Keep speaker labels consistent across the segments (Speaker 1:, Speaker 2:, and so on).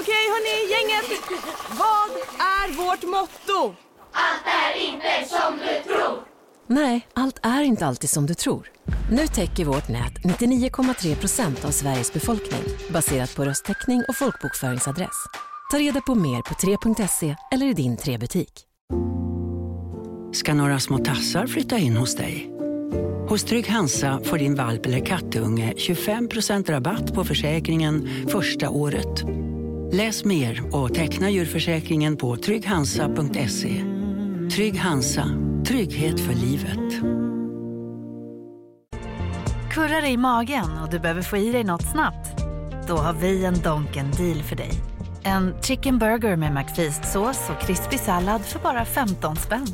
Speaker 1: Okej, hörni, gänget. Vad är vårt motto?
Speaker 2: Nej, allt är inte alltid som du tror. Nu täcker vårt nät 99,3 procent av Sveriges befolkning baserat på röstteckning och folkbokföringsadress. Ta reda på mer på 3.se eller i din 3-butik.
Speaker 3: ska några små tassar flytta in hos dig. Hos Trygg Hansa får din valp eller kattunge 25% rabatt på försäkringen första året. Läs mer och teckna djurförsäkringen på trygghansa.se. Trygg Hansa, trygghet för livet.
Speaker 4: Kurrar i magen och du behöver få i dig något snabbt? Då har vi en Donken deal för dig. En chicken burger med McFeast-sås och krispig sallad för bara 15 spänn.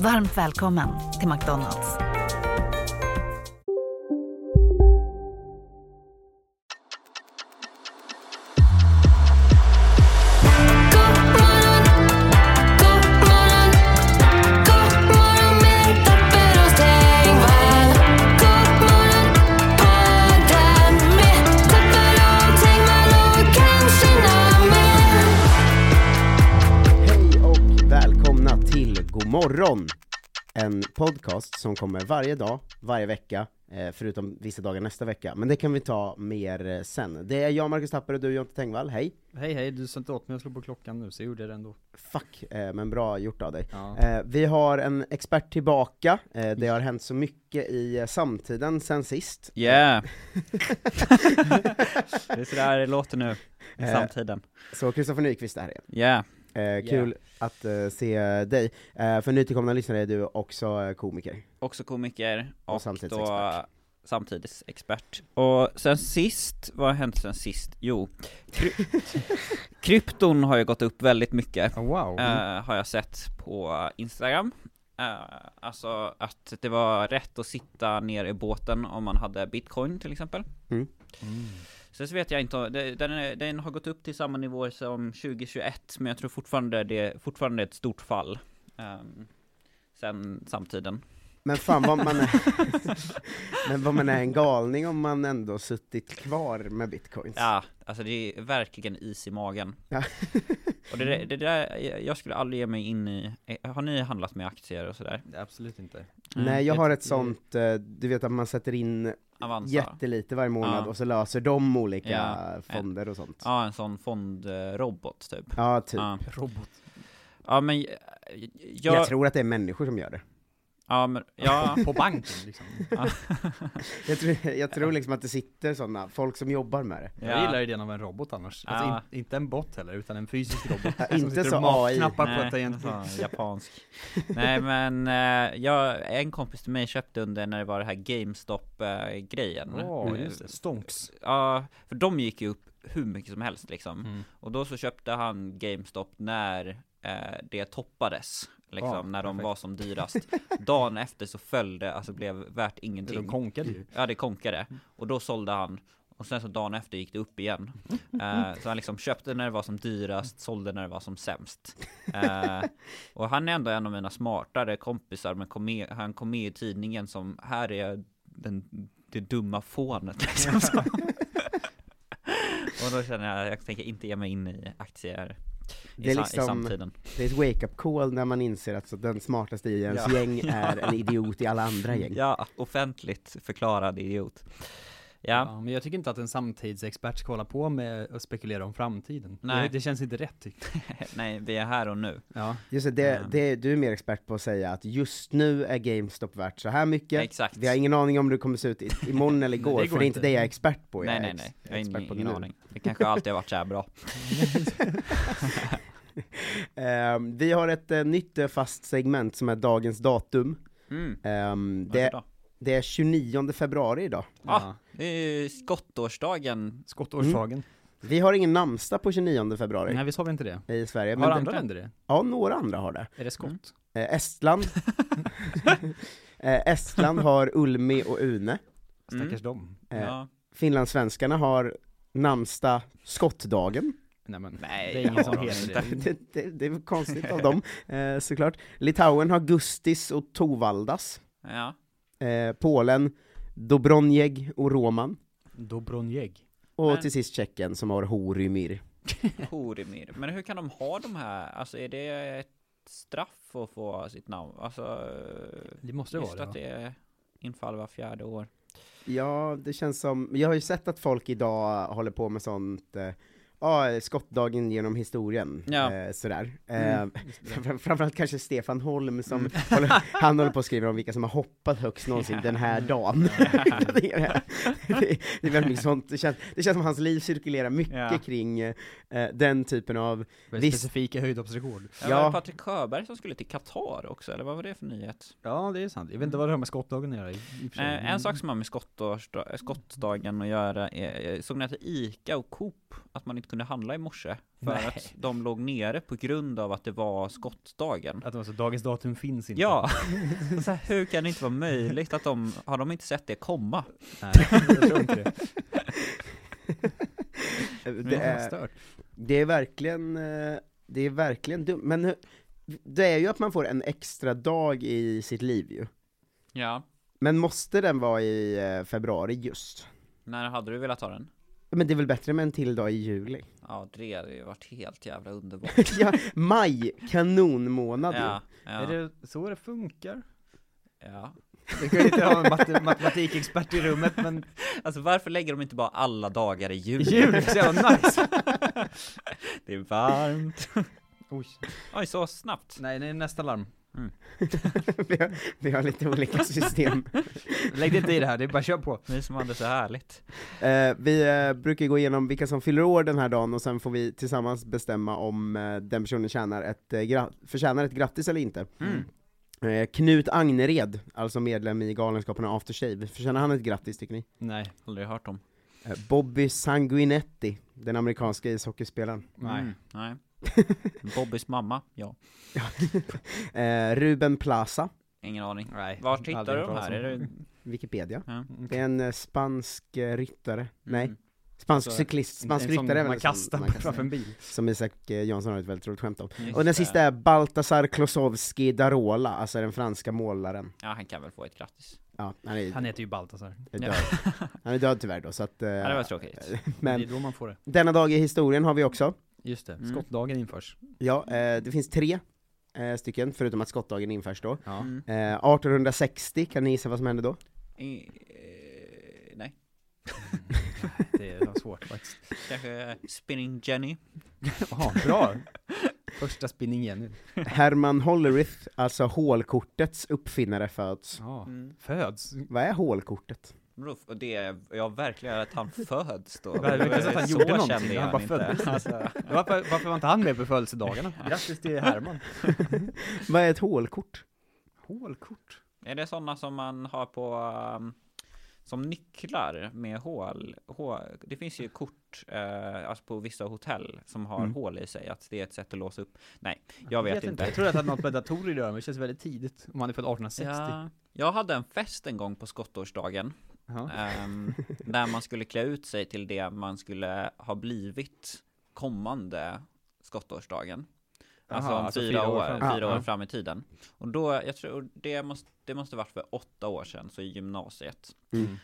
Speaker 4: Varmt välkommen till McDonalds.
Speaker 5: Hej och välkomna till God morgon! En podcast som kommer varje dag, varje vecka, eh, förutom vissa dagar nästa vecka. Men det kan vi ta mer eh, sen. Det är jag, Marcus Tapper, och du, Jonte Tengvall. Hej!
Speaker 6: Hej hej, du sa inte åt mig att slå på klockan nu, så jag gjorde det ändå.
Speaker 5: Fuck, eh, men bra gjort av dig.
Speaker 6: Ja.
Speaker 5: Eh, Vi har en expert tillbaka, Eh, det har hänt så mycket i eh, samtiden sen sist.
Speaker 6: Yeah! det är sådär det låter nu, i
Speaker 5: Eh.
Speaker 6: samtiden.
Speaker 5: Så Kristoffer Nyqvist är här igen.
Speaker 6: Yeah!
Speaker 5: Eh, Kul att eh, se dig. Eh, För nytillkomna lyssnare är du också eh, komiker.
Speaker 6: Också komiker
Speaker 5: Och
Speaker 6: och, då
Speaker 5: samtidsexpert.
Speaker 6: samtidsexpert. Och sen sist, vad har hänt sen sist? Jo, kry- krypton har ju gått upp väldigt mycket.
Speaker 7: Oh, wow.
Speaker 5: Mm.
Speaker 6: eh, har jag sett på Instagram. Eh, alltså att det var rätt att sitta ner i båten om man hade bitcoin till exempel.
Speaker 5: Mm.
Speaker 6: Sen så vet jag inte, det- den, är- den har gått upp till samma nivåer som 2021 men jag tror fortfarande det fortfarande är ett stort fall. ehm, sen samtiden.
Speaker 5: Men fan vad man är, men vad man är en galning om man ändå suttit kvar med bitcoins.
Speaker 6: Ja, alltså det är verkligen is i magen.
Speaker 5: Ja.
Speaker 6: Och det, det där, jag skulle aldrig ge mig in i, har ni handlat med aktier och sådär?
Speaker 7: Eh, Absolut inte.
Speaker 6: Mm.
Speaker 5: Nej jag har ett
Speaker 7: det-
Speaker 5: sånt, eh, du vet att man sätter in
Speaker 6: Avanza?
Speaker 5: jättelite varje månad
Speaker 6: Ja.
Speaker 5: och så löser de olika
Speaker 6: Ja.
Speaker 5: fonder och sånt. Ja,
Speaker 6: Ja, en sån fondrobot typ.
Speaker 5: typ.
Speaker 6: Ja.
Speaker 7: Robot.
Speaker 6: Ja men, eh, jag,
Speaker 5: Jag tror att det är människor som gör det.
Speaker 6: ja men, ja,
Speaker 7: På banken liksom.
Speaker 5: Jag tror, jag tror liksom att det sitter sådana, folk som jobbar med det.
Speaker 7: Jag gillar idén av en robot annars. Alltså
Speaker 6: Ja.
Speaker 7: in, inte en bot heller, utan en fysisk robot.
Speaker 5: Ja,
Speaker 7: som
Speaker 5: inte
Speaker 7: sitter och
Speaker 5: så
Speaker 7: mat-
Speaker 5: AI.
Speaker 7: Knappar på
Speaker 6: Nej,
Speaker 7: ett tangentbord.
Speaker 6: fan, japansk. Nej men, eh, jag, en kompis till mig köpte under när det var det här GameStop-grejen. Eh,
Speaker 7: Åh, just det. Stonks.
Speaker 6: Ja, för de gick ju upp hur mycket som helst liksom.
Speaker 7: Mm.
Speaker 6: Och då så köpte han GameStop när eh, det toppades. Liksom,
Speaker 7: Ja,
Speaker 6: när de
Speaker 7: perfekt.
Speaker 6: var som dyrast. Dagen efter så följde, alltså blev värt ingenting.
Speaker 7: De konkade ju.
Speaker 6: Ja det konkade, och då sålde han och sen så dagen efter gick det upp igen. Eh, så han liksom köpte när det var som dyrast, sålde när det var som sämst. Eh, och han är ändå en av mina smartare kompisar, men kom med, han kom med i tidningen som, här är den, det dumma fånet liksom. Så. och då känner jag, jag tänker inte ge mig in i aktier
Speaker 5: Det
Speaker 6: i,
Speaker 5: är
Speaker 6: sa, i
Speaker 5: liksom-
Speaker 6: samtiden.
Speaker 5: Det är ett wake-up call när man inser att så, den smartaste i ens gäng är en idiot i alla andra gäng.
Speaker 6: Ja, offentligt förklarad idiot. Ja,
Speaker 7: Ja, men jag tycker inte att en samtidsexpert ska hålla på med att spekulera om framtiden. Det,
Speaker 6: Nej.
Speaker 7: det känns inte rätt tycker jag.
Speaker 6: nej, vi är här och nu.
Speaker 7: Ja.
Speaker 5: Just det,
Speaker 6: Ehm.
Speaker 5: det, det, du är mer expert på att säga att just nu är GameStop värt så här mycket,
Speaker 6: Exakt.
Speaker 5: vi har ingen aning om hur det kommer se ut i, imorgon eller igår,
Speaker 7: Nej, det
Speaker 5: för
Speaker 7: går
Speaker 5: det är inte
Speaker 7: inte.
Speaker 5: det jag är expert på, jag
Speaker 6: Nej
Speaker 5: är
Speaker 6: nej
Speaker 5: ex-
Speaker 6: nej, jag har
Speaker 5: expert
Speaker 6: ingen,
Speaker 5: på
Speaker 6: ingen
Speaker 5: nu.
Speaker 6: aning. Det kanske alltid har varit så här bra.
Speaker 5: Ehm, vi har ett eh, nytt eh, fast segment som är dagens datum,
Speaker 6: Mm.
Speaker 5: Ehm,
Speaker 6: Det...
Speaker 5: det, det är 29 februari idag.
Speaker 6: Ah, det är ju skottårsdagen.
Speaker 7: Skottårsdagen.
Speaker 5: Vi har ingen namnsdag på 29 februari
Speaker 7: Nej visst har vi inte det?
Speaker 5: i Sverige,
Speaker 7: Har
Speaker 5: det-
Speaker 7: andra länder det? Mm.
Speaker 5: ja några andra har det.
Speaker 7: Är det skott?
Speaker 5: Eh, Estland, eh, Estland har Ulmi och Une,
Speaker 6: Mm.
Speaker 7: Stackars dem.
Speaker 5: Eh,
Speaker 6: Ja.
Speaker 5: finlandssvenskarna har namnsdag skottdagen,
Speaker 7: Nej men,
Speaker 6: Nej,
Speaker 7: det är ingen som
Speaker 6: har de
Speaker 7: heter
Speaker 6: inte.
Speaker 7: det.
Speaker 5: det, det, det är konstigt av dem, eh, såklart. Litauen har Gustis och Tovaldas.
Speaker 6: ja.
Speaker 5: Eh, Polen, Dobronjeg och Roman.
Speaker 7: Dobronjeg.
Speaker 5: Och
Speaker 6: Men-
Speaker 5: till sist Tjeckien som har Horymir.
Speaker 6: Horimir. Men hur kan de ha de här? Alltså är det ett straff att få sitt namn? Alltså, eh,
Speaker 7: Det måste det
Speaker 6: just
Speaker 7: vara det.
Speaker 6: att
Speaker 7: va?
Speaker 6: det är infall var fjärde år.
Speaker 5: Ja, det känns som, jag har ju sett att folk idag håller på med sånt, eh, ja, skottdagen genom historien,
Speaker 6: Ja. Mm.
Speaker 5: eh, sådär. Eh, fram- framförallt kanske Stefan Holm som, håller, han håller på att skriva om vilka som har hoppat högst någonsin den här dagen. det, är, det, är väldigt mycket sånt, det känns, det känns som hans liv cirkulerar mycket
Speaker 6: Ja.
Speaker 5: kring eh, den typen av,
Speaker 7: Väldigt
Speaker 5: visst.
Speaker 7: Specifika höjdhoppsrekord.
Speaker 6: Ja.
Speaker 5: Ja.
Speaker 6: Var det Patrik Sjöberg som skulle till Qatar också, eller vad var det för nyhet?
Speaker 7: Ja, det är sant. Jag vet inte vad det har med skottdagen att göra. i- i och för sig.
Speaker 6: Eh, en sak som har med skottårsda- eh, skottdagen att göra är, eh, såg ni att Ica och Coop, att man inte kunde handla i morse? För
Speaker 7: Nej.
Speaker 6: att de låg nere på grund av att det var skottdagen.
Speaker 7: Att alltså, dagens datum finns inte.
Speaker 6: Ja, så här, hur kan det inte vara möjligt att de, har de inte sett det komma?
Speaker 7: Nej, jag tror inte det.
Speaker 5: det
Speaker 7: Det är
Speaker 5: eh, är,
Speaker 7: stört.
Speaker 5: Det är verkligen, eh, det är verkligen dumt, men hur- det är ju att man får en extra dag i sitt liv ju.
Speaker 6: Ja.
Speaker 5: Men måste den vara i eh, februari just?
Speaker 6: När hade du velat ha den?
Speaker 5: Men det är väl bättre med en till dag i juli?
Speaker 6: Ja, det hade ju varit helt jävla underbart.
Speaker 5: ja, maj, kanonmånad ju.
Speaker 6: ja,
Speaker 7: Är
Speaker 6: ja,
Speaker 7: det så det funkar?
Speaker 6: ja.
Speaker 7: Vi kan ju inte ha en mat- matematikexpert i rummet, men
Speaker 6: Alltså varför lägger de inte bara alla dagar i juli?
Speaker 7: jul, så jävla nice!
Speaker 6: Det är varmt.
Speaker 7: Oj,
Speaker 6: Oj, så snabbt.
Speaker 7: nej, nej, nästa larm.
Speaker 5: vi, har, vi har lite olika system.
Speaker 7: Lägg dig inte i det här, det är bara kör på.
Speaker 6: Ni som hade så härligt.
Speaker 5: Eh, vi eh, brukar gå igenom vilka som fyller år den här dagen och sen får vi tillsammans bestämma om eh, den personen tjänar ett, eh, gra- förtjänar ett grattis eller inte.
Speaker 7: Mm.
Speaker 5: Eh, Knut Agnered, alltså medlem i Galenskaparna After Shave, förtjänar han ett grattis tycker ni?
Speaker 7: Nej,
Speaker 6: Aldrig hört om.
Speaker 5: Eh, Bobby Sanguinetti, den amerikanska ishockeyspelaren.
Speaker 7: nej.
Speaker 6: Mm, nej. Bobbys mamma, ja.
Speaker 5: Eh, Ruben Plaza,
Speaker 6: Ingen aning.
Speaker 7: nej.
Speaker 6: Var tittar
Speaker 7: Aldrig
Speaker 6: du
Speaker 7: hört
Speaker 6: de
Speaker 7: talas
Speaker 6: här?
Speaker 7: om.
Speaker 6: Är det...
Speaker 5: Wikipedia.
Speaker 6: Ja.
Speaker 5: Det är en eh, spansk eh, ryttare, nej,
Speaker 6: Mm.
Speaker 5: spansk
Speaker 7: Så-
Speaker 5: cyklist, spansk
Speaker 7: En sån
Speaker 5: ryttare är väl
Speaker 7: man
Speaker 5: en sån
Speaker 7: kastar
Speaker 5: man kastar.
Speaker 7: framför en bil.
Speaker 5: Som Isak eh, Jansson har ett väldigt roligt skämt om.
Speaker 6: Just
Speaker 5: Och
Speaker 6: det.
Speaker 5: den sista är Baltasar Klosowski Darola, alltså den franska målaren.
Speaker 6: Ja, han kan väl få ett grattis.
Speaker 5: Ja, han är,
Speaker 7: Han heter ju Baltasar.
Speaker 5: är död. Han är död tyvärr då, så att, eh,
Speaker 6: Ja, det var tråkigt.
Speaker 7: Det är
Speaker 5: men
Speaker 7: då man får det.
Speaker 5: denna dag i historien har vi också.
Speaker 7: Just det,
Speaker 6: Mm.
Speaker 7: skottdagen införs.
Speaker 5: Ja, eh, det finns tre eh, stycken, förutom att skottdagen införs då.
Speaker 7: Ja.
Speaker 6: Mm.
Speaker 5: Eh, 1860, kan ni gissa vad som hände då?
Speaker 6: I, eh, nej,
Speaker 7: Det var svårt faktiskt.
Speaker 6: kanske Spinning Jenny.
Speaker 7: Jaha, bra! Första spinningen nu.
Speaker 5: Herman Hollerith, alltså hålkortets uppfinnare föds.
Speaker 7: Ja,
Speaker 6: Mm.
Speaker 7: föds.
Speaker 5: Vad är hålkortet?
Speaker 6: Vadå, Och det, jag verkligen att han föds då.
Speaker 7: Det verkar inte som att han
Speaker 6: Så
Speaker 7: gjorde
Speaker 6: kände
Speaker 7: någonting,
Speaker 6: jag
Speaker 7: han bara
Speaker 6: inte.
Speaker 7: föddes.
Speaker 6: Alltså,
Speaker 7: Varför, varför var inte han med på födelsedagarna? Grattis till Herman.
Speaker 5: Vad är ett hålkort?
Speaker 7: Hålkort.
Speaker 6: Är det sådana som man har på, um, som nycklar med hål? hål det finns ju kort, eh, alltså på vissa hotell som har hål i sig, att det är ett sätt att låsa upp. Nej, jag vet, inte.
Speaker 7: Mm. Jag tror att det hade något med datorer att göra, men det känns väldigt tidigt. Om han är född 1860.
Speaker 6: Ja, jag hade en fest en gång på skottårsdagen,
Speaker 7: Ja.
Speaker 6: ehm, där man skulle klä ut sig till det man skulle ha blivit kommande skottårsdagen. Alltså
Speaker 7: Aha,
Speaker 6: om
Speaker 7: alltså
Speaker 6: fyra,
Speaker 7: fyra år
Speaker 6: år,
Speaker 7: fram.
Speaker 6: fyra
Speaker 5: Ja,
Speaker 6: år
Speaker 5: ja.
Speaker 6: fram i tiden. Och då, jag tror, det måste, det måste varit för åtta år sedan, så i gymnasiet.
Speaker 5: Mm.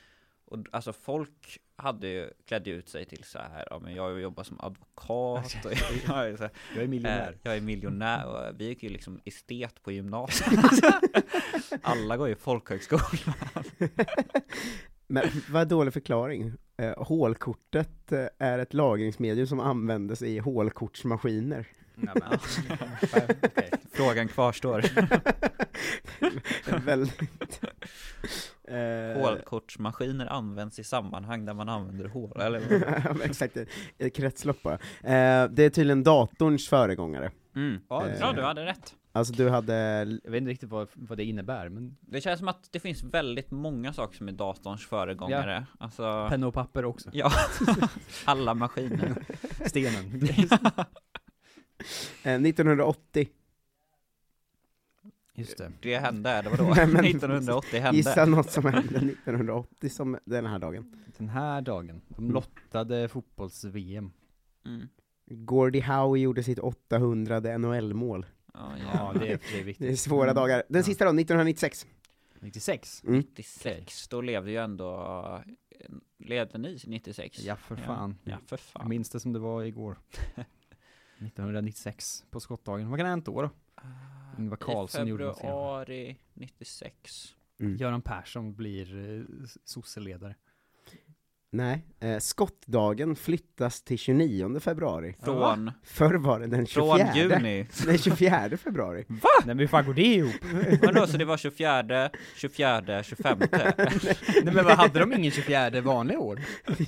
Speaker 6: Och d- alltså folk hade ju, klädde ut sig till så här, ja men jag jobbar som advokat och jag är så här,
Speaker 7: Jag är miljonär.
Speaker 6: Eh, Jag är miljonär och vi gick ju liksom estet på gymnasiet. Alla går ju folkhögskola.
Speaker 5: Men vad dålig förklaring. Eh, hålkortet eh, är ett lagringsmedium som användes i hålkortsmaskiner.
Speaker 7: Nej, men, okej.
Speaker 6: Frågan kvarstår.
Speaker 5: Väldigt... Eh,
Speaker 6: Hålkortsmaskiner används i sammanhang där man använder hål, eller vad?
Speaker 5: ja, men Exakt, ett kretslopp bara. Eh, det är tydligen datorns föregångare.
Speaker 6: Mm.
Speaker 7: Ja,
Speaker 5: Eh,
Speaker 6: Bra, du hade rätt.
Speaker 5: Alltså du hade,
Speaker 7: Jag vet inte riktigt vad, vad det innebär, men
Speaker 6: Det känns som att det finns väldigt många saker som är datorns föregångare. Alltså,
Speaker 7: penna och papper också.
Speaker 6: ja, alla maskiner.
Speaker 7: Stenen.
Speaker 5: eh, 1980,
Speaker 7: Just det.
Speaker 6: Det hände, det var då.
Speaker 5: Nej, men-
Speaker 6: 1980 hände.
Speaker 5: gissa något som hände 1980 som den här dagen.
Speaker 7: Den här dagen. De lottade fotbolls-VM.
Speaker 6: Mm.
Speaker 5: Gordie Howe gjorde sitt 800 NHL-mål.
Speaker 6: Ja,
Speaker 7: Ja, det är, det är
Speaker 5: Det är
Speaker 7: viktigt.
Speaker 5: svåra dagar. Den sista dagen, 1996.
Speaker 7: 96.
Speaker 6: 96, då levde ju ändå leder ni 96?
Speaker 7: Ja, för fan.
Speaker 6: Ja, för
Speaker 7: Jag
Speaker 6: fan.
Speaker 7: minns det som det var igår. 1996 på skottdagen. Vad kan ha hänt då? då? Ingvar Carlsson
Speaker 6: Ah, I
Speaker 7: gjorde något senare.
Speaker 6: februari 96.
Speaker 7: Göran Persson blir eh, s- sosseledare.
Speaker 5: Nej, eh, skottdagen flyttas till 29 februari.
Speaker 6: Från,
Speaker 5: Förr var det den 24.
Speaker 6: från juni.
Speaker 5: Den 24 februari.
Speaker 7: Nej men hur fan går det ihop?
Speaker 6: Vadå, så det var 24, 24, 25?
Speaker 7: Nej men vad hade de ingen 24 vanliga år?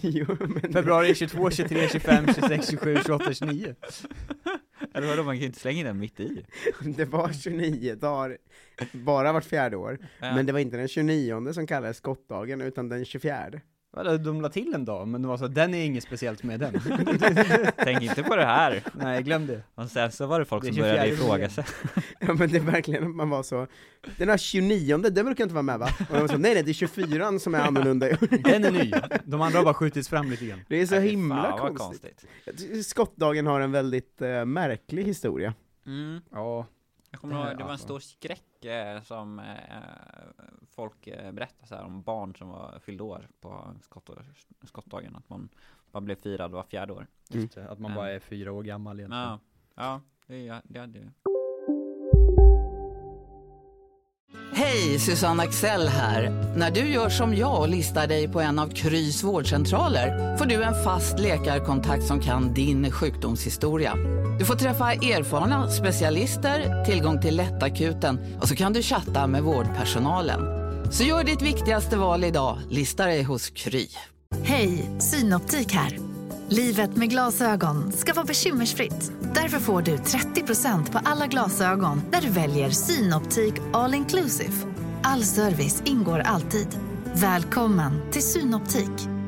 Speaker 5: jo, men
Speaker 7: Februari 22, 23, 25, 26, 27, 28, 29.
Speaker 6: Eller vadå, man kan ju inte slänga in den mitt i.
Speaker 5: det var 29 dagar, bara vart fjärde år.
Speaker 6: Ja.
Speaker 5: Men det var inte den 29 som kallades skottdagen, utan den 24.
Speaker 7: Vadå, de la till en dag, men de var så den är inget speciellt med den.
Speaker 6: Tänk inte på det här.
Speaker 7: Nej, glöm det.
Speaker 6: Och sen så var det folk
Speaker 7: Det är
Speaker 6: som började
Speaker 7: 24
Speaker 6: ifrågasätta.
Speaker 5: Ja men det är verkligen att man var så, den här 29, den brukar inte vara med va? Och de var så, nej nej, det är 24 som är annorlunda.
Speaker 7: Den är ny. De andra har bara skjutits fram lite grann.
Speaker 5: Det är så
Speaker 6: Nej, fy
Speaker 5: himla
Speaker 6: fan, vad
Speaker 5: konstigt. Jag tycker Skottdagen har en väldigt eh, märklig historia.
Speaker 6: Mm.
Speaker 7: Ja,
Speaker 6: Jag kommer ihåg, det var en
Speaker 7: Alltså.
Speaker 6: stor skräck eh, som eh, folk eh, berättade så här om barn som var fyllde år på skott, skottdagen, att man, man blev firad var fjärde år.
Speaker 7: just det. Att man bara är fyra år gammal
Speaker 5: Mm.
Speaker 7: egentligen.
Speaker 6: Ja, ja det, det hade ju.
Speaker 8: Hej, Susanne Axel här. När du gör som jag och listar dig på en av Krys vårdcentraler får du en fast läkarkontakt som kan din sjukdomshistoria. Du får träffa erfarna specialister, tillgång till lättakuten och så kan du chatta med vårdpersonalen. Så gör ditt viktigaste val idag, listar dig hos Kry.
Speaker 4: Hej, Synoptik här. Livet med glasögon ska vara bekymmersfritt. Därför får du 30% på alla glasögon när du väljer Synoptik All Inclusive. All service ingår alltid. Välkommen till Synoptik.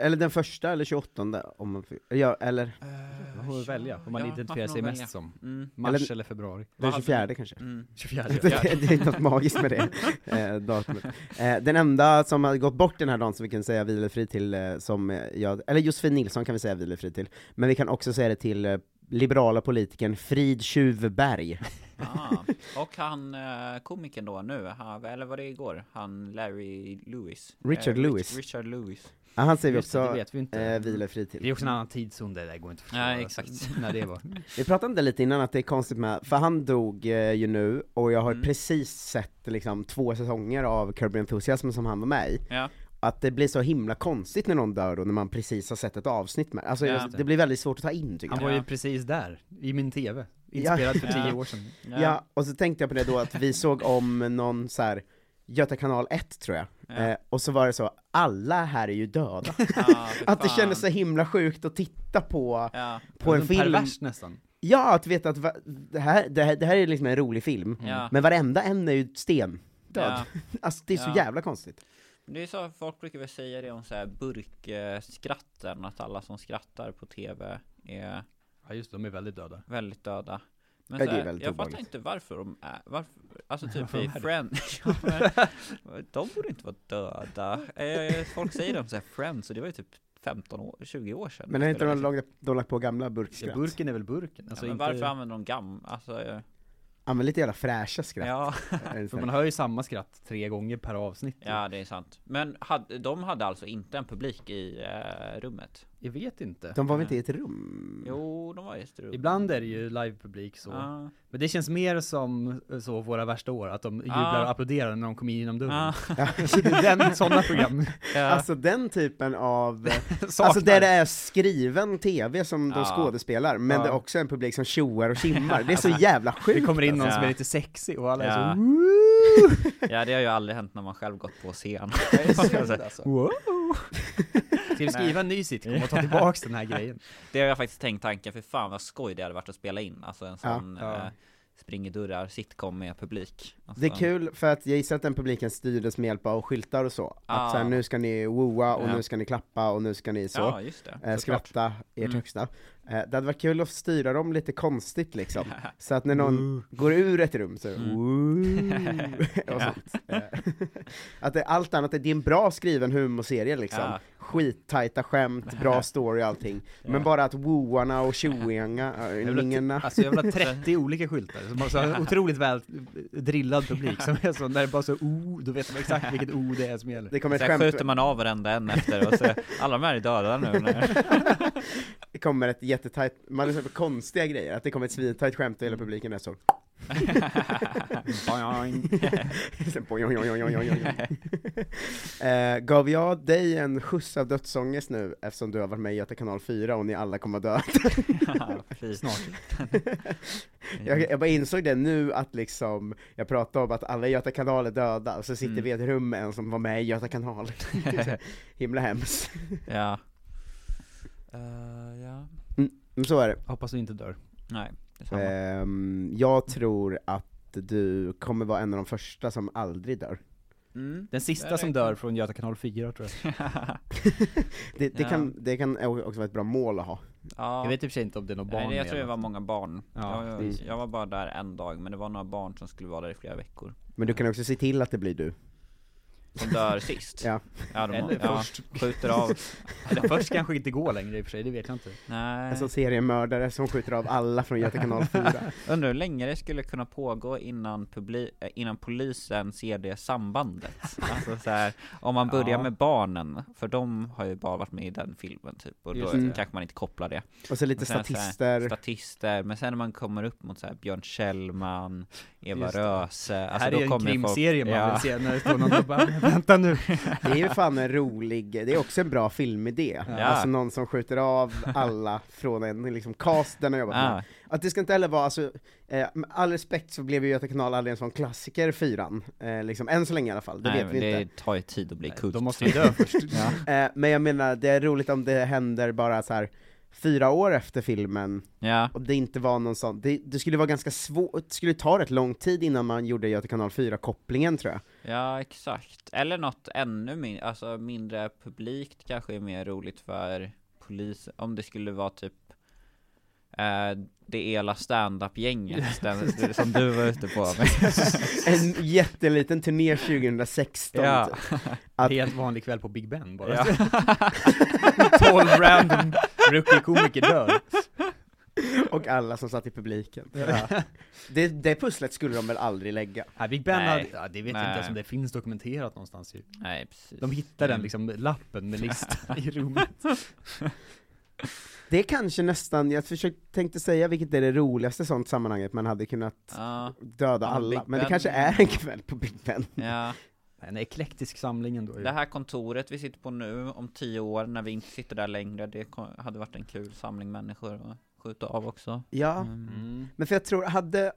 Speaker 5: eller den första eller 28 om man, fir- ja, eller Eh,
Speaker 7: Man får välja vad man
Speaker 6: Ja,
Speaker 7: identifierar
Speaker 6: man får
Speaker 7: sig
Speaker 6: nog
Speaker 7: mest
Speaker 6: välja.
Speaker 7: som.
Speaker 6: Mm.
Speaker 7: Mars eller,
Speaker 5: Eller-
Speaker 7: februari.
Speaker 5: den 24 kanske?
Speaker 6: Mm.
Speaker 7: 24.
Speaker 5: Det, det är något magiskt med det eh, datumet. Eh, den enda som har gått bort den här dagen som vi kan säga vilefri till, eh, som eh, jag, eller Josefin Nilsson kan vi säga vilefri till, men vi kan också säga det till eh, liberala politikern Frid Tjuvberg.
Speaker 6: Ah. Och han eh, komikern då nu, han, eller var det igår? Han Larry Lewis? Eh,
Speaker 5: Richard
Speaker 6: Rich-
Speaker 5: Lewis.
Speaker 6: Richard Lewis.
Speaker 5: Ja, han säger vi
Speaker 7: Just det, det
Speaker 5: också
Speaker 7: vet vi inte.
Speaker 5: eh, vilefri
Speaker 7: Det är
Speaker 5: till.
Speaker 7: också en annan tidszon, det där går inte att försvara.
Speaker 6: Nej, exakt.
Speaker 7: alltså, När det var.
Speaker 5: Vi pratade om det lite innan, att det är konstigt med, för han dog eh, ju nu, och jag har precis sett liksom två säsonger av Curb Your Enthusiasm som han var med i.
Speaker 6: Ja.
Speaker 5: Att det blir så himla konstigt när någon dör då, när man precis har sett ett avsnitt med Alltså
Speaker 6: Ja.
Speaker 5: jag- det blir väldigt svårt att ta in tycker jag.
Speaker 7: Han var ju precis där, i min TV.
Speaker 5: Ja.
Speaker 7: Inspelad för tio
Speaker 6: Ja.
Speaker 7: år sedan.
Speaker 5: Ja. och så tänkte jag på det då att vi såg om någon så här Göta kanal 1 tror jag, eh, och så var det så, alla här är ju döda.
Speaker 6: Ah, för
Speaker 5: att det
Speaker 6: fan.
Speaker 5: kändes så himla sjukt att titta på,
Speaker 6: Ja,
Speaker 5: på en
Speaker 7: Som
Speaker 5: film.
Speaker 7: Alltså, Pervers nästan.
Speaker 5: Ja, att veta att va, det, här, det, här, det här är liksom en rolig film,
Speaker 6: Ja.
Speaker 5: men varenda en är ju sten. Död. Alltså det är så
Speaker 6: Ja.
Speaker 5: jävla konstigt.
Speaker 6: Det är så, folk brukar väl säga det om så här burkskratten, att alla som skrattar på TV är
Speaker 7: Ja just det, de är väldigt döda.
Speaker 6: väldigt döda. Men
Speaker 5: Ja,
Speaker 6: så
Speaker 5: det är
Speaker 6: här,
Speaker 5: väldigt
Speaker 6: jag fattar
Speaker 5: obehagligt.
Speaker 6: inte varför de är, varför, alltså typ
Speaker 7: Varför
Speaker 6: i
Speaker 7: de är det?
Speaker 6: Friends, ja, men, de borde inte vara döda. Eh, folk säger det om så här Friends, och det var ju typ 15 år, 20 år sedan.
Speaker 5: Men har inte
Speaker 6: Spelar
Speaker 5: de
Speaker 6: liksom.
Speaker 5: lagt, de lagt på gamla
Speaker 7: Ja,
Speaker 5: burkskratt?
Speaker 7: burken är väl burken?
Speaker 6: Ja,
Speaker 7: Alltså
Speaker 6: men
Speaker 7: inte...
Speaker 6: varför använder de gamla, alltså, eh,
Speaker 5: Ja men lite jävla fräscha skratt.
Speaker 6: ja,
Speaker 5: Är det så
Speaker 7: För
Speaker 5: här.
Speaker 7: man hör ju samma skratt tre gånger per avsnitt.
Speaker 6: ja det är sant. Men hade, de hade alltså inte en publik i eh, rummet?
Speaker 7: Jag vet inte.
Speaker 5: De var väl inte i ett rum?
Speaker 6: Jo, de var i ett rum.
Speaker 7: Ibland är det ju livepublik så.
Speaker 6: Ja.
Speaker 7: Men det känns mer som eh, så våra värsta år, att de jublar
Speaker 6: Ah.
Speaker 7: och applåderar när de kommer in genom dörren.
Speaker 6: Ah.
Speaker 7: Den, sådana program
Speaker 5: Alltså den typen av,
Speaker 7: saknar.
Speaker 5: alltså där det är skriven tv som de
Speaker 6: Ja.
Speaker 5: skådespelar, men
Speaker 7: Ja.
Speaker 5: det är också en publik som tjoar och kimmar, det är så jävla sjukt! alltså.
Speaker 7: Det kommer in någon
Speaker 6: Ja.
Speaker 7: som är lite sexig och alla är
Speaker 6: Ja.
Speaker 7: så "Mm,
Speaker 6: Ja det har ju aldrig hänt när man själv gått på scen. Alltså,
Speaker 5: alltså.
Speaker 7: wow. Ska vi skriva en ny sitcom och ta tillbaks den här grejen?
Speaker 6: det har jag faktiskt tänkt tanken, för fan vad skoj det hade varit att spela in, alltså en sån
Speaker 7: Ja.
Speaker 6: eh, spring i dörrar, sitcom med publik. Alltså,
Speaker 5: Det är kul för att jag gissar att den publiken styrdes med hjälp av skyltar och så.
Speaker 6: Ah.
Speaker 5: Att så här, nu ska ni woa och
Speaker 6: Ja.
Speaker 5: nu ska ni klappa och nu ska ni så.
Speaker 6: Ja, just det.
Speaker 5: Eh,
Speaker 6: såklart.
Speaker 5: skratta ert
Speaker 6: Mm.
Speaker 5: högsta. Eh, det hade varit kul att styra dem lite konstigt liksom. Så att när någon går ur ett rum så,
Speaker 6: Mm.
Speaker 5: "Woo", och sånt. Eh, Att det, allt annat, är- det är en bra skriven humorserie liksom.
Speaker 6: Ja.
Speaker 5: Skittajta skämt, bra story och allting. Men bara att woarna och tjoingarna,
Speaker 6: typ-
Speaker 7: Alltså jag vill ha 30 olika skyltar, så man så har en otroligt väl eh, drillad publik som är så, när det bara så O, då vet man exakt vilket O det är som gäller.
Speaker 5: det kommer ett
Speaker 6: Sen
Speaker 5: skämt
Speaker 6: skjuter man av varenda en efter och så, alla de här är döda nu. när-
Speaker 5: det kommer ett jättetajt, man lyssnar på konstiga grejer, att det kommer ett svintajt skämt och hela publiken är så Sen boing, boing, boing, boing, boing, boing. eh, Gav jag dig en skjuts av dödsångest nu eftersom du har varit med i Göta kanal 4 och ni alla kommer att dö?
Speaker 6: Ja, fy.
Speaker 7: Snart.
Speaker 5: Jag, jag bara insåg det nu att liksom, jag pratade om att alla i Göta kanal är döda, och så sitter
Speaker 6: Mm.
Speaker 5: vi i ett rum med en som var med i Göta kanal. Det är så Himla hemskt.
Speaker 6: Ja. Eh, ja.
Speaker 5: Men så är det.
Speaker 7: Hoppas du inte dör.
Speaker 6: Nej, detsamma.
Speaker 5: Ehm, jag tror att du kommer vara en av de första som aldrig dör.
Speaker 6: Mm.
Speaker 7: Den
Speaker 6: Där
Speaker 7: sista
Speaker 6: är
Speaker 7: som
Speaker 6: jag
Speaker 7: dör från Göta kanal 4 tror jag.
Speaker 5: Det, det,
Speaker 6: Ja.
Speaker 5: kan, det kan också vara ett bra mål att ha.
Speaker 6: ja.
Speaker 7: Jag vet i och för sig inte om det är något barn
Speaker 6: Nej, det- jag
Speaker 7: med,
Speaker 6: tror det var
Speaker 7: eller-
Speaker 6: många barn.
Speaker 7: Ja.
Speaker 6: Jag, jag,
Speaker 5: Mm.
Speaker 6: jag var bara där en dag, men det var några barn som skulle vara där i flera veckor.
Speaker 5: Men du kan också se till att det blir du.
Speaker 6: Som dör sist.
Speaker 5: Ja.
Speaker 6: ja de,
Speaker 7: Eller
Speaker 6: ja,
Speaker 7: först.
Speaker 6: Skjuter av.
Speaker 7: Eller först kanske inte går längre i och för sig, det vet jag inte.
Speaker 6: Nej.
Speaker 5: En sån Alltså seriemördare som skjuter av alla från Göta kanal 4.
Speaker 6: Undrar hur länge det skulle kunna pågå innan, publi- eh, innan polisen ser det sambandet? Alltså så här, om man börjar
Speaker 7: Ja.
Speaker 6: med barnen, för de har ju bara varit med i den filmen typ, och då
Speaker 7: Just det.
Speaker 6: kanske man inte kopplar det.
Speaker 5: Och så lite
Speaker 6: Och sen så här,
Speaker 5: statister.
Speaker 6: Statister, men sen när man kommer upp mot så här Björn Kjellman, Eva
Speaker 7: Just det.
Speaker 6: Röse,
Speaker 7: det här är
Speaker 6: Alltså, då
Speaker 7: ju en
Speaker 6: kommer folk-
Speaker 7: krimserie man
Speaker 6: ja.
Speaker 7: vill se när det står någon och bara ”vänta nu”.
Speaker 5: Det är ju fan en rolig, det är också en bra filmidé.
Speaker 6: Ja.
Speaker 5: Alltså någon som skjuter av alla från en liksom cast den har jobbat med.
Speaker 6: Ah,
Speaker 5: Att det ska inte heller vara, alltså, eh, med all respekt så blev ju Göta kanal aldrig en sån klassiker, fyran. Eh, liksom, än så länge i alla fall, det
Speaker 6: nej,
Speaker 5: vet
Speaker 6: men
Speaker 5: vi
Speaker 6: det
Speaker 5: inte.
Speaker 6: tar ju tid att bli kult.
Speaker 7: De måste ju dö först.
Speaker 6: ja.
Speaker 5: Eh, men jag menar, det är roligt om det händer bara så här fyra år efter filmen,
Speaker 6: ja,
Speaker 5: och det inte var någon sån, det, det skulle vara ganska svårt, det skulle ta rätt lång tid innan man gjorde Göta kanal 4-kopplingen tror jag.
Speaker 6: ja, exakt. Eller något ännu mindre, alltså mindre publikt kanske är mer roligt för polis, om det skulle vara typ eh, det ela standup-gänget, den- som du var ute på med.
Speaker 5: En jätteliten turné 2016
Speaker 6: Ja.
Speaker 5: typ. Att-
Speaker 7: Helt vanlig kväll på Big Ben bara.
Speaker 6: Ja.
Speaker 7: 12 random rookie-komiker dör.
Speaker 5: typ. Och alla som satt i publiken. Det, det pusslet skulle de väl aldrig lägga?
Speaker 7: Nej, Big Ben
Speaker 6: Nej.
Speaker 7: hade, ja, det vet jag
Speaker 6: Nej. Mm.
Speaker 7: inte ens om det finns dokumenterat någonstans ju.
Speaker 6: Nej, precis.
Speaker 7: De hittar den liksom, lappen med listan i rummet.
Speaker 5: Det är kanske nästan, jag försökte, tänkte säga vilket är det roligaste sånt sammanhanget, man hade kunnat
Speaker 6: Ja,
Speaker 5: döda
Speaker 6: Ja, men
Speaker 5: alla,
Speaker 6: Big
Speaker 5: men det
Speaker 6: Ben-
Speaker 5: kanske är en kväll på Big Ben.
Speaker 6: ja.
Speaker 7: En eklektisk samling ändå ju.
Speaker 6: Det här kontoret vi sitter på nu, om tio år, när vi inte sitter där längre, det ko- hade varit en kul samling människor att skjuta av också.
Speaker 5: Ja,
Speaker 6: Mm.
Speaker 7: Mm.
Speaker 5: men för jag tror, hade,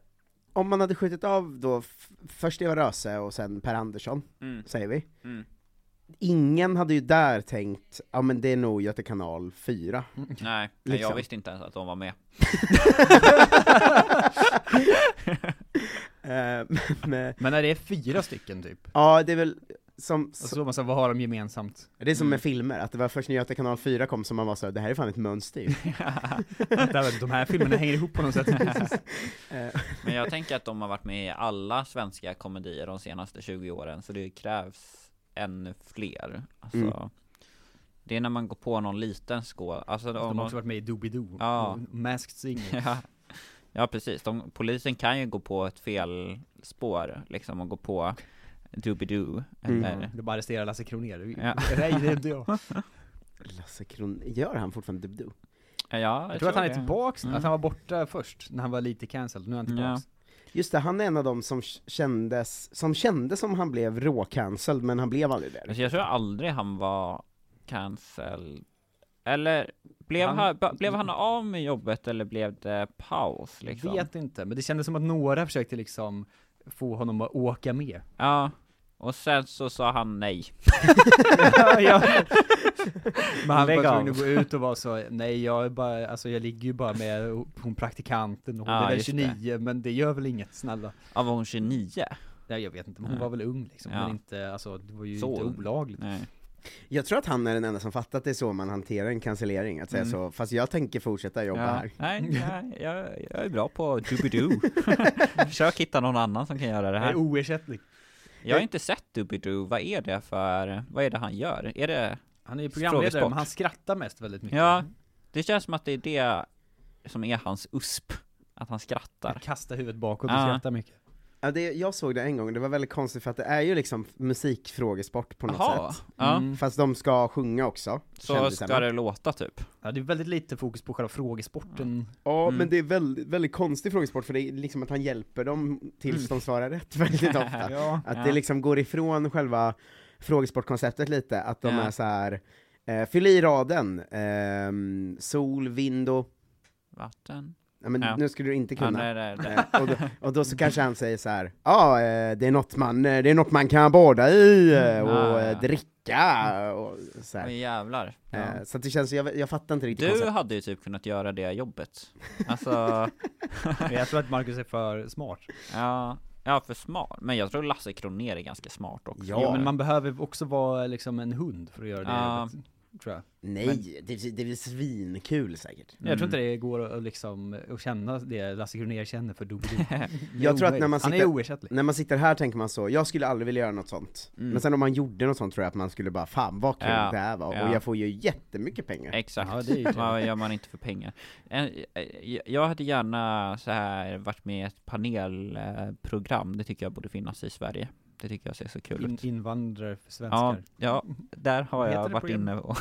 Speaker 5: om man hade skjutit av då, f- först Eva Röse och sen Per Andersson,
Speaker 6: Mm.
Speaker 5: säger vi.
Speaker 6: Mm.
Speaker 5: Ingen hade ju där tänkt, ja men det är nog Göta kanal 4.
Speaker 6: Nej,
Speaker 5: Liksom.
Speaker 6: jag visste inte ens att de var med.
Speaker 5: Eh, men,
Speaker 7: Men när det är fyra stycken typ,
Speaker 5: ja det är väl som,
Speaker 7: och så man så, vad har de gemensamt?
Speaker 5: det är som
Speaker 6: Mm.
Speaker 5: med filmer, att det var först när Göta kanal 4 kom som man var såhär, det här är fan ett mönster ju.
Speaker 7: Där, de här filmerna hänger ihop på något sätt.
Speaker 6: Men jag tänker att de har varit med i alla svenska komedier de senaste 20 åren, så det krävs ännu fler. Alltså,
Speaker 5: Mm.
Speaker 6: Det är när man går på någon liten skål, alltså om
Speaker 7: De har
Speaker 6: de,
Speaker 7: också varit med i Doobidoo,
Speaker 6: Ja.
Speaker 7: och Masked Singer.
Speaker 6: ja, ja precis, de, polisen kan ju gå på ett fel spår liksom och gå på Doobidoo eller
Speaker 5: Mm.
Speaker 7: De bara arresterar Lasse Kronér.
Speaker 6: Ja.
Speaker 7: Nej, det är inte jag.
Speaker 5: Lasse Kron, gör han fortfarande Dubdo?
Speaker 6: Ja, jag,
Speaker 7: Jag tror att han är
Speaker 6: det.
Speaker 7: tillbaks,
Speaker 6: Mm.
Speaker 7: att han var borta först, när han var lite cancelled, nu är han tillbaks.
Speaker 5: Just det, han är en av dem som kändes, som kändes som han blev råcancelled, men han blev aldrig det.
Speaker 6: Alltså jag tror aldrig han var cancelled. Eller blev
Speaker 7: Han-
Speaker 6: han, ba- blev han av med jobbet eller blev det paus liksom?
Speaker 7: Vet inte, men det kändes som att några försökte liksom få honom att åka med.
Speaker 6: Ja, Och sen så sa han nej.
Speaker 7: ja, ja. Men han
Speaker 5: Lägg
Speaker 7: var
Speaker 5: av.
Speaker 7: tvungen att gå ut och vara så, nej jag är bara, alltså jag ligger ju bara med hon praktikanten, hon
Speaker 6: Ja,
Speaker 7: är väl
Speaker 6: just det.
Speaker 7: 29, men det gör väl inget, snälla.
Speaker 6: Ja, var hon 29?
Speaker 7: Nej jag vet inte, men hon
Speaker 6: Nej.
Speaker 7: var väl ung liksom,
Speaker 6: Ja.
Speaker 7: men inte, alltså det var ju
Speaker 6: Så
Speaker 7: inte
Speaker 6: ung.
Speaker 7: olagligt.
Speaker 6: Nej.
Speaker 5: Jag tror att han är den enda som fattat det är så man hanterar en cancellering, att säga
Speaker 6: Mm.
Speaker 5: så, fast jag tänker fortsätta jobba
Speaker 6: Ja.
Speaker 5: här.
Speaker 6: Nej, nej jag, jag är bra på Doobidoo. Försök hitta någon annan som kan göra det
Speaker 7: Det är
Speaker 6: här.
Speaker 7: oersättligt.
Speaker 6: Jag har inte sett Doobidoo, vad är det för, vad är det han gör? Är det,
Speaker 7: Han är ju programledare,
Speaker 6: Frågesport.
Speaker 7: men han skrattar mest väldigt mycket.
Speaker 6: ja, det känns som att det är det som är hans USP. Att han skrattar.
Speaker 7: Kastar huvudet bakåt och
Speaker 6: Ja.
Speaker 7: skrattar mycket.
Speaker 5: Ja, det, jag såg det en gång, det var väldigt konstigt för att det är ju liksom musikfrågesport på något
Speaker 6: Jaha,
Speaker 5: sätt.
Speaker 6: ja.
Speaker 7: Mm.
Speaker 5: Fast de ska sjunga också,
Speaker 6: Så
Speaker 5: kändisarna.
Speaker 6: ska det låta typ.
Speaker 7: Ja, det är väldigt lite fokus på själva frågesporten.
Speaker 5: Ja,
Speaker 6: Mm.
Speaker 5: men det är väldigt, väldigt konstig frågesport för det är liksom att han hjälper dem tills de svarar rätt väldigt ofta.
Speaker 7: Ja.
Speaker 5: Att
Speaker 6: Mm. Ja.
Speaker 5: det liksom går ifrån själva frågesportkonceptet lite, att de
Speaker 6: Ja.
Speaker 5: är så här. Eh, fyll i raden, ehm, sol, vind och...
Speaker 6: Vatten.
Speaker 5: Ja, men
Speaker 6: Ja.
Speaker 5: nu skulle du inte
Speaker 6: Ja,
Speaker 5: kunna.
Speaker 6: nej, nej, nej.
Speaker 5: Eh, och, då, och då så kanske han säger så här. ja eh, det är något man, eh, det är något man kan bada i eh, och
Speaker 6: Ah,
Speaker 5: eh,
Speaker 6: ja.
Speaker 5: dricka och så här.
Speaker 6: Oj, jävlar. Ja.
Speaker 5: Eh, Så att det känns, jag, jag fattar inte riktigt
Speaker 6: Du
Speaker 5: konceptet.
Speaker 6: hade ju typ kunnat göra det jobbet. Alltså,
Speaker 7: Men Jag tror att Marcus är för smart.
Speaker 6: ja, ja för smart. Men jag tror Lasse Kronér är ganska smart också.
Speaker 5: Ja.
Speaker 7: Ja, men man behöver också vara liksom en hund för att göra det
Speaker 6: Ja.
Speaker 7: jobbet, tror jag.
Speaker 5: Nej, det, det är väl svinkul säkert.
Speaker 7: Jag tror inte det går att liksom, att känna det Lasse Kronér känner för Doobidoo. Det är
Speaker 5: Jag tror att när man
Speaker 7: omöjligt. Han är
Speaker 5: sitter-
Speaker 7: oersättlig.
Speaker 5: När man sitter här tänker man så, jag skulle aldrig vilja göra något sånt. Men sen om man gjorde något sånt tror jag att man skulle bara, fan vad kul
Speaker 6: Mm. Ja,
Speaker 5: det här var,
Speaker 6: ja.
Speaker 5: och jag får ju jättemycket pengar.
Speaker 6: Exakt.
Speaker 7: Ja, det är ju det.
Speaker 6: Vad gör man inte för pengar? En- eh, Jag hade gärna så här varit med i ett panelprogram. Det tycker jag borde finnas i Sverige. Det tycker jag ser så kul
Speaker 7: In,
Speaker 6: ut.
Speaker 7: invandrare för
Speaker 6: Ja,
Speaker 7: svenskar.
Speaker 6: ja, där har
Speaker 7: Heter
Speaker 6: jag
Speaker 7: det
Speaker 6: varit
Speaker 7: program?
Speaker 6: inne och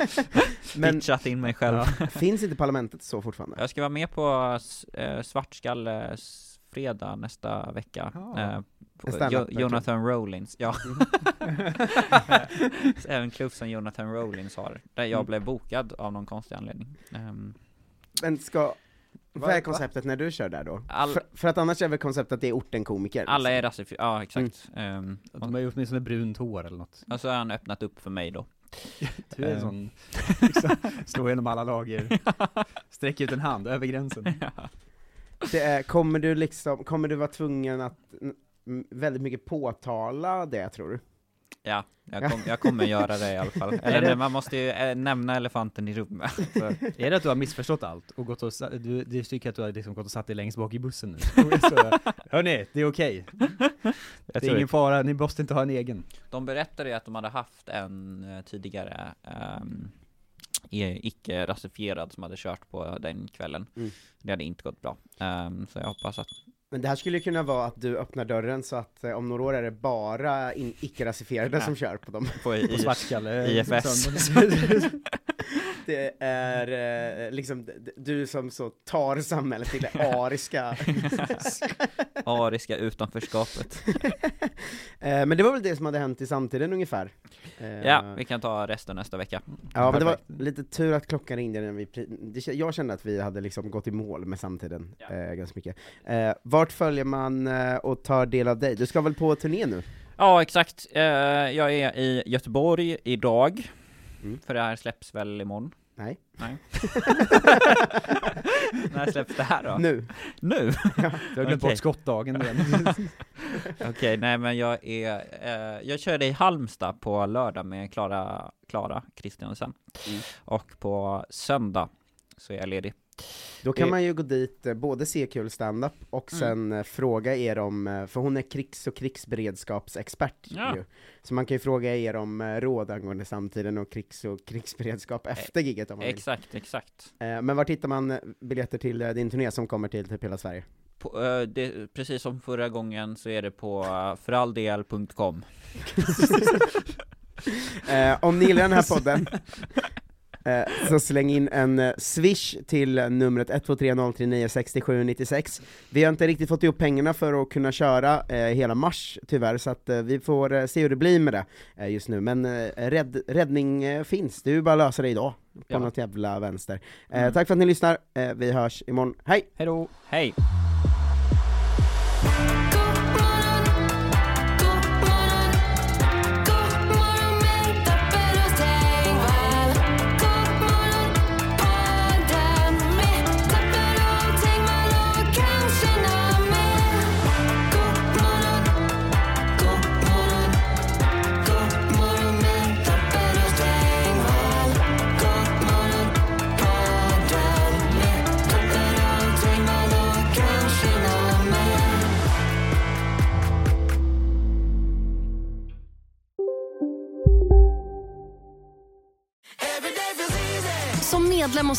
Speaker 5: Men
Speaker 6: pitchat in mig själv.
Speaker 5: finns inte parlamentet så fortfarande?
Speaker 6: Jag ska vara med på s- eh, Svartskalle s- fredag nästa vecka.
Speaker 7: Ja.
Speaker 6: Eh, på-
Speaker 5: En standup,
Speaker 6: jo,
Speaker 5: verkligen.
Speaker 6: Jonathan Rollins, ja. Även klubb som Jonathan Rollins har, där jag blev bokad av någon konstig anledning. Ehm,
Speaker 5: Men ska, vad är
Speaker 7: va?
Speaker 5: konceptet när du kör där då?
Speaker 6: All-
Speaker 5: För, för att annars är väl konceptet att det är orten komiker?
Speaker 6: alla
Speaker 5: liksom.
Speaker 6: är rasifierade, ja exakt. Ehm,
Speaker 7: Att De har ju åtminstone brunt hår eller något.
Speaker 6: och så har han öppnat upp för mig då.
Speaker 7: Du är en
Speaker 6: Eh.
Speaker 7: sån, liksom, slår igenom alla lager. Sträck ut en hand över gränsen.
Speaker 5: det är, kommer du liksom, kommer du vara tvungen att mm, väldigt mycket påtala det tror du?
Speaker 6: Ja, jag, kom, jag kommer göra det i alla fall. Eller nej, man måste ju eh, nämna elefanten i rummet. Så.
Speaker 7: Är det att du har missförstått allt och gått och, sa- du, du tycker att du har liksom gått och satt dig längst bak i bussen nu? Och jag så, Hörni, det är okej. Det är ingen fara, ni måste inte ha en egen.
Speaker 6: De berättade ju att de hade haft en eh, tidigare ehm, i- icke-rasifierad som hade kört på den kvällen.
Speaker 5: Mm.
Speaker 6: Det hade inte gått bra. Ehm, så jag hoppas att...
Speaker 5: Men det här skulle ju kunna vara att du öppnar dörren så att eh, om några år är det bara in- icke-rasifierade som kör på dem.
Speaker 6: På
Speaker 7: På
Speaker 6: i,
Speaker 7: svartskalle.
Speaker 6: IFS.
Speaker 5: Det är eh, liksom d- d- du som så tar samhället till det ariska.
Speaker 6: ariska utanförskapet.
Speaker 5: Eh, men det var väl det som hade hänt i samtiden ungefär. Eh,
Speaker 6: Ja, vi kan ta resten nästa vecka.
Speaker 5: ja, men det var lite tur att klockan ringde när vi, pri- det, kä- jag kände att vi hade liksom gått i mål med samtiden eh, ganska mycket. Eh, vart följer man eh, och tar del av dig? Du ska väl på turné nu?
Speaker 6: Ja, exakt. Eh, jag är i Göteborg idag.
Speaker 5: Mm.
Speaker 6: För det här släpps väl imorgon?
Speaker 5: Nej.
Speaker 6: Nej. När släpps det här då?
Speaker 5: Nu?
Speaker 6: Nu?
Speaker 7: Du har glömt
Speaker 6: Okej.
Speaker 7: bort skottdagen igen.
Speaker 6: Okej, nej men jag är, eh, jag körde i Halmstad på lördag med Klara, Klara Kristiansen.
Speaker 5: Mm.
Speaker 6: Och på söndag så är jag ledig.
Speaker 5: Då kan
Speaker 6: Eh. Mm.
Speaker 5: man ju gå dit, eh, både se kul standup och sen eh, fråga er om, eh, för hon är krigs och krigsberedskapsexpert
Speaker 6: Ja.
Speaker 5: ju. Så man kan ju fråga er om eh, råd angående samtiden och krigs och krigsberedskap
Speaker 6: Eh,
Speaker 5: efter giget om man vill.
Speaker 6: Exakt, exakt.
Speaker 5: Eh, Men var hittar man eh, biljetter till eh, din turné som kommer till typ hela Sverige?
Speaker 6: På, eh, det, precis som förra gången så är det på eh, föralldel.com.
Speaker 5: Eh, om ni gillar den här podden, eh, så släng in en eh, swish till numret 1230396796. Vi har inte riktigt fått ihop pengarna för att kunna köra eh, hela mars tyvärr, så att eh, vi får eh, se hur det blir med det eh, just nu. Men eh, rädd, räddning eh, finns, det är ju bara att lösa det idag, på
Speaker 6: Ja.
Speaker 5: något jävla vänster. Eh, Tack för att ni lyssnar, eh, vi hörs imorgon, hej!
Speaker 6: Hejdå! Hej!
Speaker 9: God morgon, god morgon
Speaker 4: Som medlem hos